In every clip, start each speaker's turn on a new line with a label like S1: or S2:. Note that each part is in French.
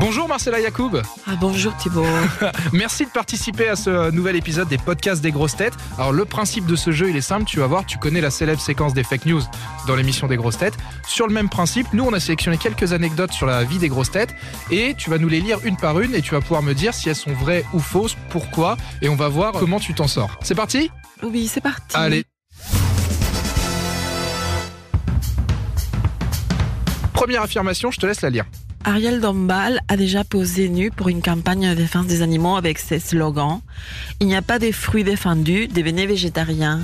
S1: Bonsoir, c'est la Yacoub.
S2: Ah, bonjour Thibaut.
S1: Merci de participer à ce nouvel épisode des podcasts des grosses têtes. Alors le principe de ce jeu, il est simple, tu vas voir, tu connais la célèbre séquence des fake news dans l'émission des grosses têtes. Sur le même principe, nous on a sélectionné quelques anecdotes sur la vie des grosses têtes et tu vas nous les lire une par une et tu vas pouvoir me dire si elles sont vraies ou fausses, pourquoi et on va voir comment tu t'en sors. C'est parti
S2: Oui, c'est parti.
S1: Allez. Première affirmation, je te laisse la lire.
S2: Ariel Dombal a déjà posé nu pour une campagne de défense des animaux avec ses slogans Il n'y a pas des fruits défendus, devenez végétarien.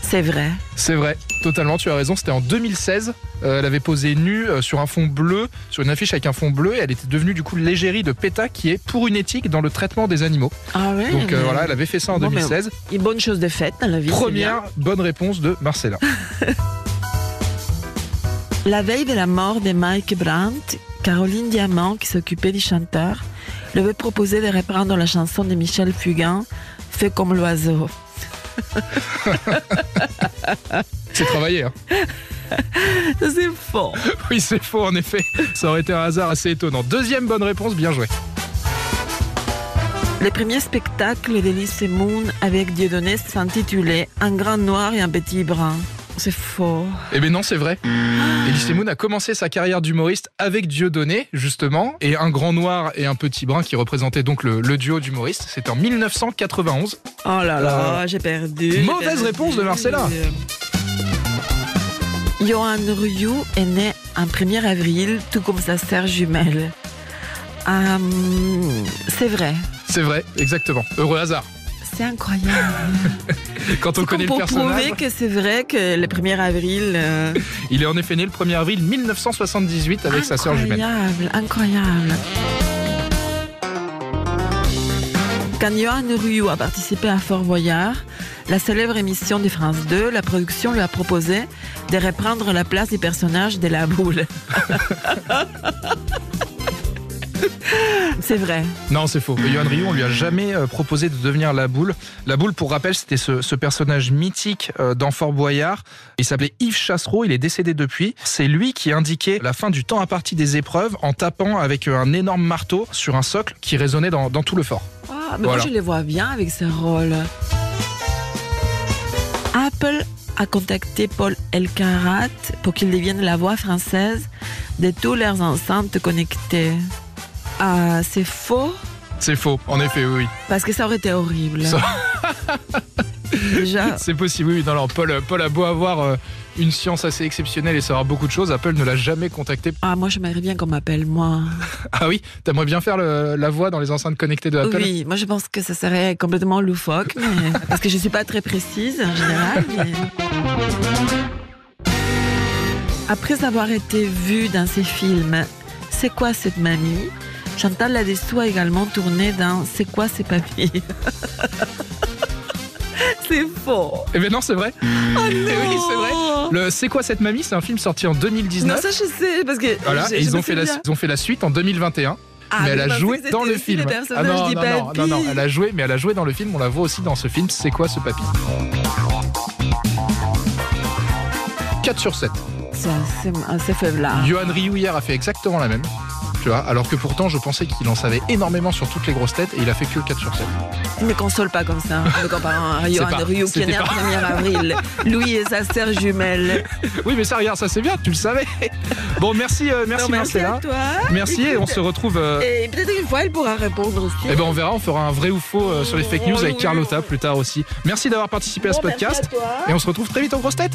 S2: C'est vrai.
S1: C'est vrai, totalement, tu as raison. C'était en 2016. Euh, elle avait posé nue euh, sur un fond bleu, sur une affiche avec un fond bleu, et elle était devenue du coup l'égérie de PETA qui est pour une éthique dans le traitement des animaux.
S2: Ah oui
S1: Donc euh,
S2: mais-
S1: voilà, elle avait fait ça en
S2: Bon, mais-
S1: 2016.
S2: Une bonne chose de faite dans la vie. c'est
S1: Première bonne réponse de Marcella.
S2: bien. La veille de la mort de Mike Brandt, Caroline Diamant, qui s'occupait du chanteur, lui avait proposé de reprendre la chanson de Michel Fugain, Fais comme l'oiseau.
S1: C'est travaillé. hein.
S2: C'est faux.
S1: Oui, c'est faux en effet. Ça aurait été un hasard assez étonnant. Deuxième bonne réponse, bien joué.
S2: Le premier spectacle d'Elise Moon avec Dieudonné s'intitulait Un grand noir et un petit brun. C'est faux.
S1: Eh ben non, c'est vrai.
S2: Ah.
S1: Elise Moon a commencé sa carrière d'humoriste avec Dieudonné, justement, et un grand noir et un petit brun qui représentaient donc le, le duo d'humoristes. C'était en 1991.
S2: Oh là là, j'ai perdu. j'ai
S1: Ah. Mauvaise
S2: perdu.
S1: réponse de Marcella.
S2: Johan Ryu est né un 1er avril, tout comme sa sœur jumelle. Hum, c'est vrai.
S1: C'est vrai, exactement. Heureux hasard.
S2: C'est incroyable.
S1: Quand on connaît
S2: C'est comme
S1: le
S2: pour
S1: personnage,
S2: prouver que c'est vrai que le 1er avril. euh,
S1: il est en effet né le 1er avril 1978 avec sa sœur jumelle.
S2: Incroyable, incroyable. Quand Johan Ryu a participé à Fort Boyard, la célèbre émission de France 2, la production lui a proposé de reprendre la place du personnage de la boule. C'est vrai.
S1: Non, c'est faux. Yohan Ryu, on lui a jamais euh, proposé de devenir la boule. La boule, pour rappel, c'était ce, ce personnage mythique euh, dans Fort Boyard. Il s'appelait Yves Chassereau, il est décédé depuis. C'est lui qui indiquait la fin du temps à partie des épreuves en tapant avec euh, un énorme marteau sur un socle qui résonnait dans, dans tout le fort.
S2: Ah, mais
S1: Voilà.
S2: moi je les vois bien avec ce rôle. Apple a contacté Paul Elkarat pour qu'il devienne la voix française de tous leurs enceintes connectées. Ah, c'est faux
S1: C'est faux, en effet, oui. oui.
S2: parce que ça aurait été horrible.
S1: Ça-
S2: Déjà,
S1: C'est possible, oui. Non, non, Paul, Paul a beau avoir euh, une science assez exceptionnelle et savoir beaucoup de choses, Apple ne l'a jamais contacté.
S2: ah, moi j'aimerais bien qu'on m'appelle moi.
S1: Ah oui, t'aimerais bien faire le- la voix dans les enceintes connectées de Apple
S2: Oui, moi je pense que ça serait complètement loufoque, mais- parce que je suis pas très précise en général. mais- Après avoir été vue dans ces films C'est quoi cette mamie Chantal Ladessou a également tourné dans C'est quoi ces papilles C'est faux
S1: Eh bien non, c'est vrai.
S2: Oh
S1: Eh oui,
S2: non
S1: c'est vrai. Le C'est quoi cette mamie C'est un film sorti en
S2: Non,
S1: 2019.
S2: ça je sais, parce que.
S1: voilà,
S2: je-
S1: et
S2: je
S1: ils
S2: me
S1: ont, fait la,
S2: souviens.
S1: ils ont fait la suite en 2021,
S2: Ah,
S1: mais elle
S2: je
S1: a
S2: pensais
S1: joué
S2: que c'était
S1: dans le
S2: aussi
S1: film.
S2: Les
S1: Ah non, non,
S2: personnages
S1: non, non, non,
S2: papy.
S1: elle a joué, mais elle a joué dans le film, on la voit aussi dans ce film, c'est quoi ce papy 4 sur 7.
S2: C'est assez, assez faible là.
S1: Johan Ryu hier a fait exactement la même, tu vois, alors que pourtant je pensais qu'il en savait énormément sur toutes les grosses têtes et il a fait que 4 sur 7.
S2: Ne me console pas comme ça, hein, en me comparant à Johan
S1: pas-
S2: Ryu qui est
S1: c'était
S2: né le
S1: pas-
S2: 1er avril. Louis et sa sœur jumelle.
S1: Oui, mais ça, regarde, ça c'est bien, tu le savais. Bon, merci, euh, merci,
S2: Non, merci
S1: Marcella.
S2: à toi.
S1: Merci et on se retrouve. euh,
S2: Et peut-être qu'une fois, elle pourra répondre aussi.
S1: Eh ben on verra, on fera un vrai ou faux euh, sur les fake news
S2: Oh,
S1: avec
S2: oui.
S1: Carlotta plus tard aussi. Merci d'avoir participé à ce
S2: Bon, merci
S1: podcast
S2: à toi.
S1: et on se retrouve très vite en grosse tête.